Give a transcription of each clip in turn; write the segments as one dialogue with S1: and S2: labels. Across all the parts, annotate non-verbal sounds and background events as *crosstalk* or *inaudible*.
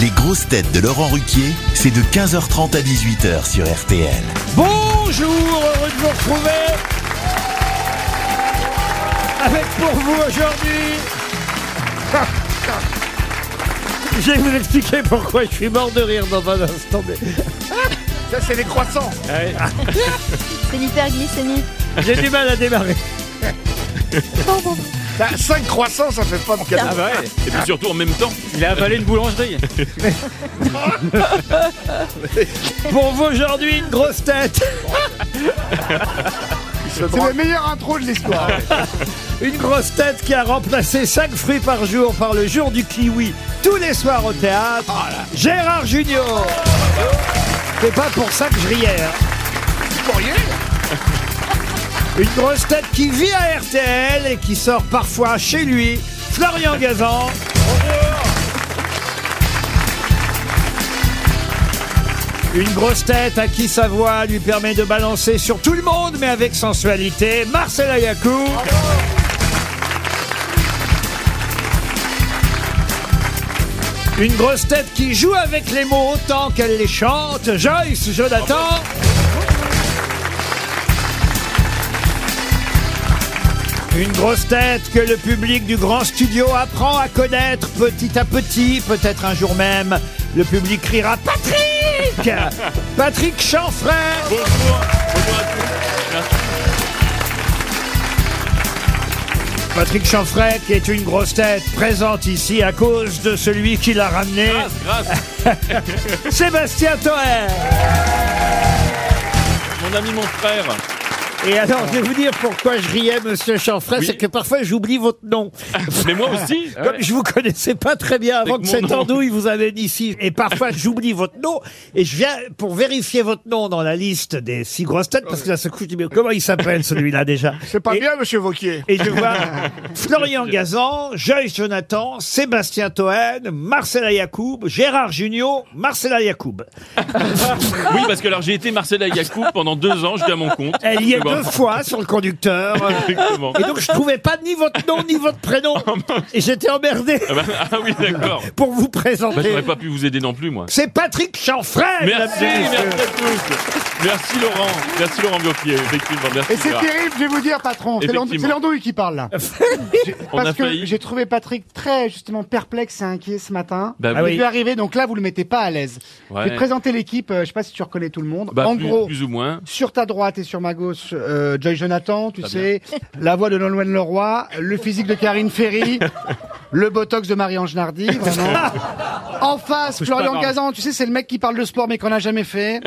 S1: Les grosses têtes de Laurent Ruquier, c'est de 15h30 à 18h sur RTL.
S2: Bonjour, heureux de vous retrouver avec pour vous aujourd'hui. *laughs* Je vais vous expliquer pourquoi je suis mort de rire dans un instant. mais- euh,
S3: Ça, c'est les croissants.
S4: C'est l'hyperglycémie.
S2: J'ai du mal à démarrer.
S3: T'as 5 croissants, ça fait pas de
S5: Ah,
S3: cadeau.
S5: bah, Et puis surtout en même temps.
S6: Il a avalé une boulangerie.
S2: *laughs* Pour vous aujourd'hui, une grosse tête,
S3: C'est la meilleure intro de l'histoire.
S5: Ah
S2: une grosse tête qui a remplacé 5 fruits par jour par le jour du kiwi tous les soirs au théâtre. Gérard Junior. C'est pas pour ça que je riais. hein.
S3: Pourriez
S2: *laughs* Une grosse tête qui vit à RTL et qui sort parfois chez lui, Florian Gazan. Une grosse tête à qui sa voix lui permet de balancer sur tout le monde, mais avec sensualité, Marcela Yacoub. Une grosse tête qui joue avec les mots autant qu'elle les chante, Joyce Jonathan. Une grosse tête que le public du grand studio apprend à connaître petit à petit, peut-être un jour même. Le public criera Patrick
S5: *laughs*
S2: Patrick Chanfray
S5: Bonjour, bonjour à tous. Merci.
S2: Patrick Chanfray qui est une grosse tête présente ici à cause de celui qui l'a ramené.
S5: Grâce, grâce.
S2: Sébastien Toer
S5: Mon ami, mon frère.
S2: Et alors, je vais vous dire pourquoi je riais, monsieur Chanfray,
S5: Oui. Ah,
S2: c'est que parfois j'oublie votre nom.
S5: Mais moi aussi.
S2: *laughs* Comme je vous connaissais pas très bien avant
S5: que
S2: que
S5: mon
S2: cette
S5: nom.
S2: andouille vous amène ici, et parfois j'oublie votre nom, et je viens pour vérifier votre nom dans la liste des six grosses têtes, parce que là, ce coup, je dis, mais comment il s'appelle celui-là déjà
S3: C'est pas
S2: Et-
S3: bien, monsieur Vauquier.
S2: Et je
S5: *laughs*
S2: vois Florian Gazan, Joyce Jonathan, Sébastien Toen, Marcela Yacoub, Gérard Junior, Marcela Yacoub.
S5: Oui, parce que alors j'ai été Marcela Yacoub pendant deux ans, j'étais à mon compte.
S2: Elle y est
S5: Bon,
S2: deux fois sur le conducteur.
S5: *laughs* Exactement.
S2: Et donc, je trouvais pas ni votre nom, ni votre prénom.
S5: *laughs* Oh,
S2: Et j'étais emmerdé
S5: Ah bah, ah oui, d'accord.
S2: pour vous
S5: Bah,
S2: présenter.
S5: j'aurais pas pu vous aider non plus, moi.
S2: C'est Patrick Chanfray, mesdames
S5: Merci,
S2: et messieurs.
S5: merci à tous. Merci Laurent. Merci Laurent Gauffier, effectivement. Merci.
S3: Et c'est
S5: Gérard.
S3: terrible, je vais vous dire, patron. C'est l'and-
S5: Effectivement.
S3: c'est l'andouille qui parle,
S5: *laughs*
S3: là. J'ai-
S5: On a
S3: Parce que
S5: failli.
S3: j'ai trouvé Patrick très, justement, perplexe et inquiet ce matin.
S5: Bah
S2: Ah
S3: Il
S2: oui.
S5: oui.
S3: est arrivé, donc là, vous le mettez pas à l'aise.
S5: Ouais.
S3: Je vais te présenter l'équipe, euh, je sais pas si tu reconnais tout le monde.
S5: Bah,
S3: en
S5: plus,
S3: gros,
S5: plus ou moins.
S3: sur ta droite et sur ma gauche, euh, Joy Jonathan, tu
S5: Pas
S3: sais, *laughs* la voix de Nolwenn Leroy, le physique de Karine Ferry, le botox de Marie-Ange Nardi, vraiment. En face, Florian
S6: Marc.
S3: Gazan, tu sais, c'est le mec qui parle de sport mais qu'on n'a jamais fait.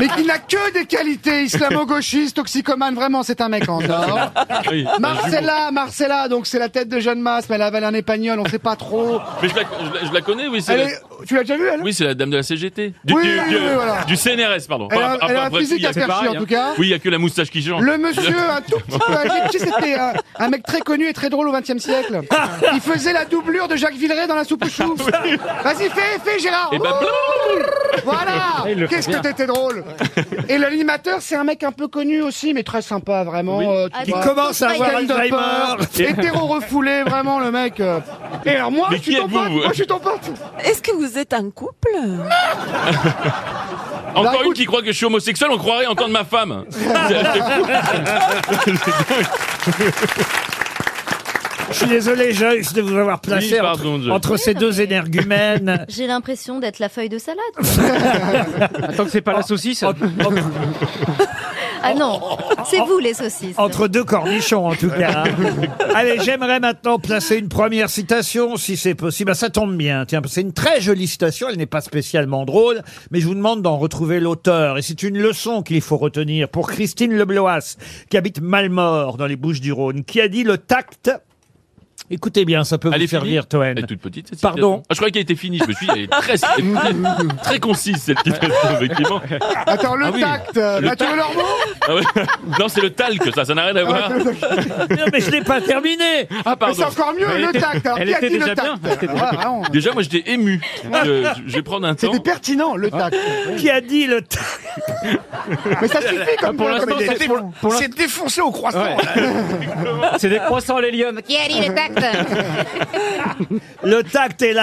S3: mais qui n'a que des qualités, islamo-gauchiste, toxicomane, vraiment, c'est un mec en or.
S5: Oui.
S3: Marcella, Marcella, donc c'est la tête de Jeanne Masse, mais elle avale un épagnol, on sait pas trop.
S5: Mais je la, je la- je la connais, oui. c'est
S3: Elle
S5: la-
S3: est- Tu l'as déjà vue, elle
S5: Oui, c'est la dame de la CGT. Du,
S3: Oui,
S5: du,
S3: oui,
S5: du-
S3: oui, voilà.
S5: du CNRS, pardon.
S3: Elle
S5: Enfin,
S3: a,
S5: après-
S3: elle a un
S5: après,
S3: physique
S5: il y a-
S3: à faire chier, en tout cas.
S5: hein. Oui, il n'y a que la moustache qui change.
S3: Le monsieur, un tout petit peu âgé, tu sais, c'était un, un mec très connu et très drôle au XXe siècle. Il faisait la doublure de Jacques Villeray dans la soupe aux choux. Vas-y, fais, fais, Gérard.
S5: Et bah,
S3: Ouh,
S6: Il
S3: voilà.
S6: le fait
S3: Qu'est-ce que
S6: bien.
S3: t'étais drôle. Et l'animateur, c'est un mec un peu connu aussi, mais très sympa, vraiment. euh, tu
S2: Il
S4: Qui
S3: vois.
S2: commence à avoir
S3: Stand-upper,
S2: Alzheimer.
S3: hétéro refoulé, vraiment le mec. euh. Et alors moi,
S5: Mais
S3: je suis
S5: qui
S3: ton
S5: êtes-vous,
S3: pote.
S5: vous
S3: Moi, je suis ton pote.
S7: Est-ce que vous êtes un couple
S5: Encore
S3: Bah,
S5: une
S3: écoute-
S5: qui croit que je suis homosexuel, on croirait entendre ma femme.
S2: Je suis désolé, Joyce, de vous avoir placé
S5: Oui,
S2: entre-
S5: pardon,
S2: entre,
S5: Joyce.
S2: ces deux énergumènes.
S4: J'ai l'impression d'être la feuille de
S6: *laughs*
S4: salade.
S6: Tant que c'est pas la saucisse.
S4: Ah non, c'est vous les saucisses.
S2: Entre deux cornichons, en tout cas. Allez, j'aimerais maintenant placer une première citation, si c'est possible. Ah, ça tombe bien. Tiens, c'est une très jolie citation. Elle n'est pas spécialement drôle, mais je vous demande d'en retrouver l'auteur. Et c'est une leçon qu'il faut retenir pour Christine Lebloas, qui habite Malmort, dans les Bouches-du-Rhône, qui a dit le tact. Écoutez bien, ça peut
S5: Elle est
S2: vous servir, Toen.
S5: Elle est toute petite, cette
S2: Pardon.
S5: citation. Ah, je croyais qu'elle était finie. Je me suis dit, elle est très, elle est très, très concise, cette citation, effectivement.
S3: Attends, le
S5: Ah oui.
S3: tact. euh,
S5: Le
S3: Mathieu
S5: tact.
S3: Lormeau
S5: Ah ouais. Non, c'est le talc, ça, ça n'a rien à voir.
S2: Non, mais je l'ai pas terminé.
S5: Ah,
S3: C'est
S5: pardon.
S3: encore mieux,
S6: Elle
S3: le
S6: était-
S3: tact. Alors,
S6: elle
S3: qui a
S6: était
S3: dit le
S6: déjà
S3: tact Ah,
S6: bien. Elle était déjà
S3: Ouais, vraiment.
S5: Déjà, moi, j'étais ému. Je, je vais prendre un temps.
S3: C'était pertinent, le tact.
S2: Qui a dit le tact
S3: Mais ça suffit comme
S6: Pour l'instant,
S3: comme
S6: c'est-
S3: citation.
S6: pour l'in-
S3: défoncé au croissant.
S6: C'est des croissants à l'hélium.
S8: Qui a dit le tac
S2: Le tact est là.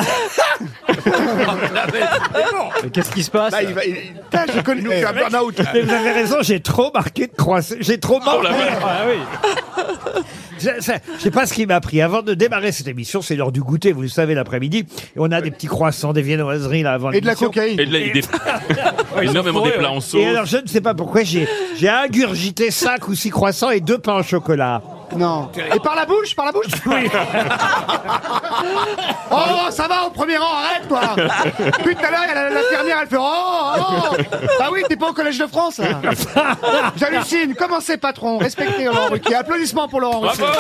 S6: Mais Qu'est-ce qui se passe
S3: Bah,
S8: Là, il va. Il, Putain, je connais. Il nous fait un burn-out.
S2: Mais vous avez raison, j'ai trop marqué de croissance. J'ai trop marqué.
S6: Ah oui.
S2: Je je sais pas ce qui m'a pris. Avant de démarrer cette émission, c'est l'heure du goûter, vous le savez, l'après-midi. Et on a des petits croissants, des viennoiseries là avant
S3: Et de la
S2: l'émission.
S3: cocaïne.
S5: Et de la, des... énormément des plats en sauce.
S2: Et alors, je ne sais pas pourquoi, j'ai j'ai ingurgité 5 ou 6 croissants et deux pains au chocolat.
S3: Non. Et par la bouche, par la bouche *laughs* Oh, ça va, au premier rang, arrête, toi Puis tout à l'heure, il y a la, la dernière, elle fait Oh, oh Bah oui, t'es pas au Collège de France, là. J'hallucine, commencez, patron, respectez Laurent Ruquier. Applaudissements pour Laurent Ruquier.
S5: Bravo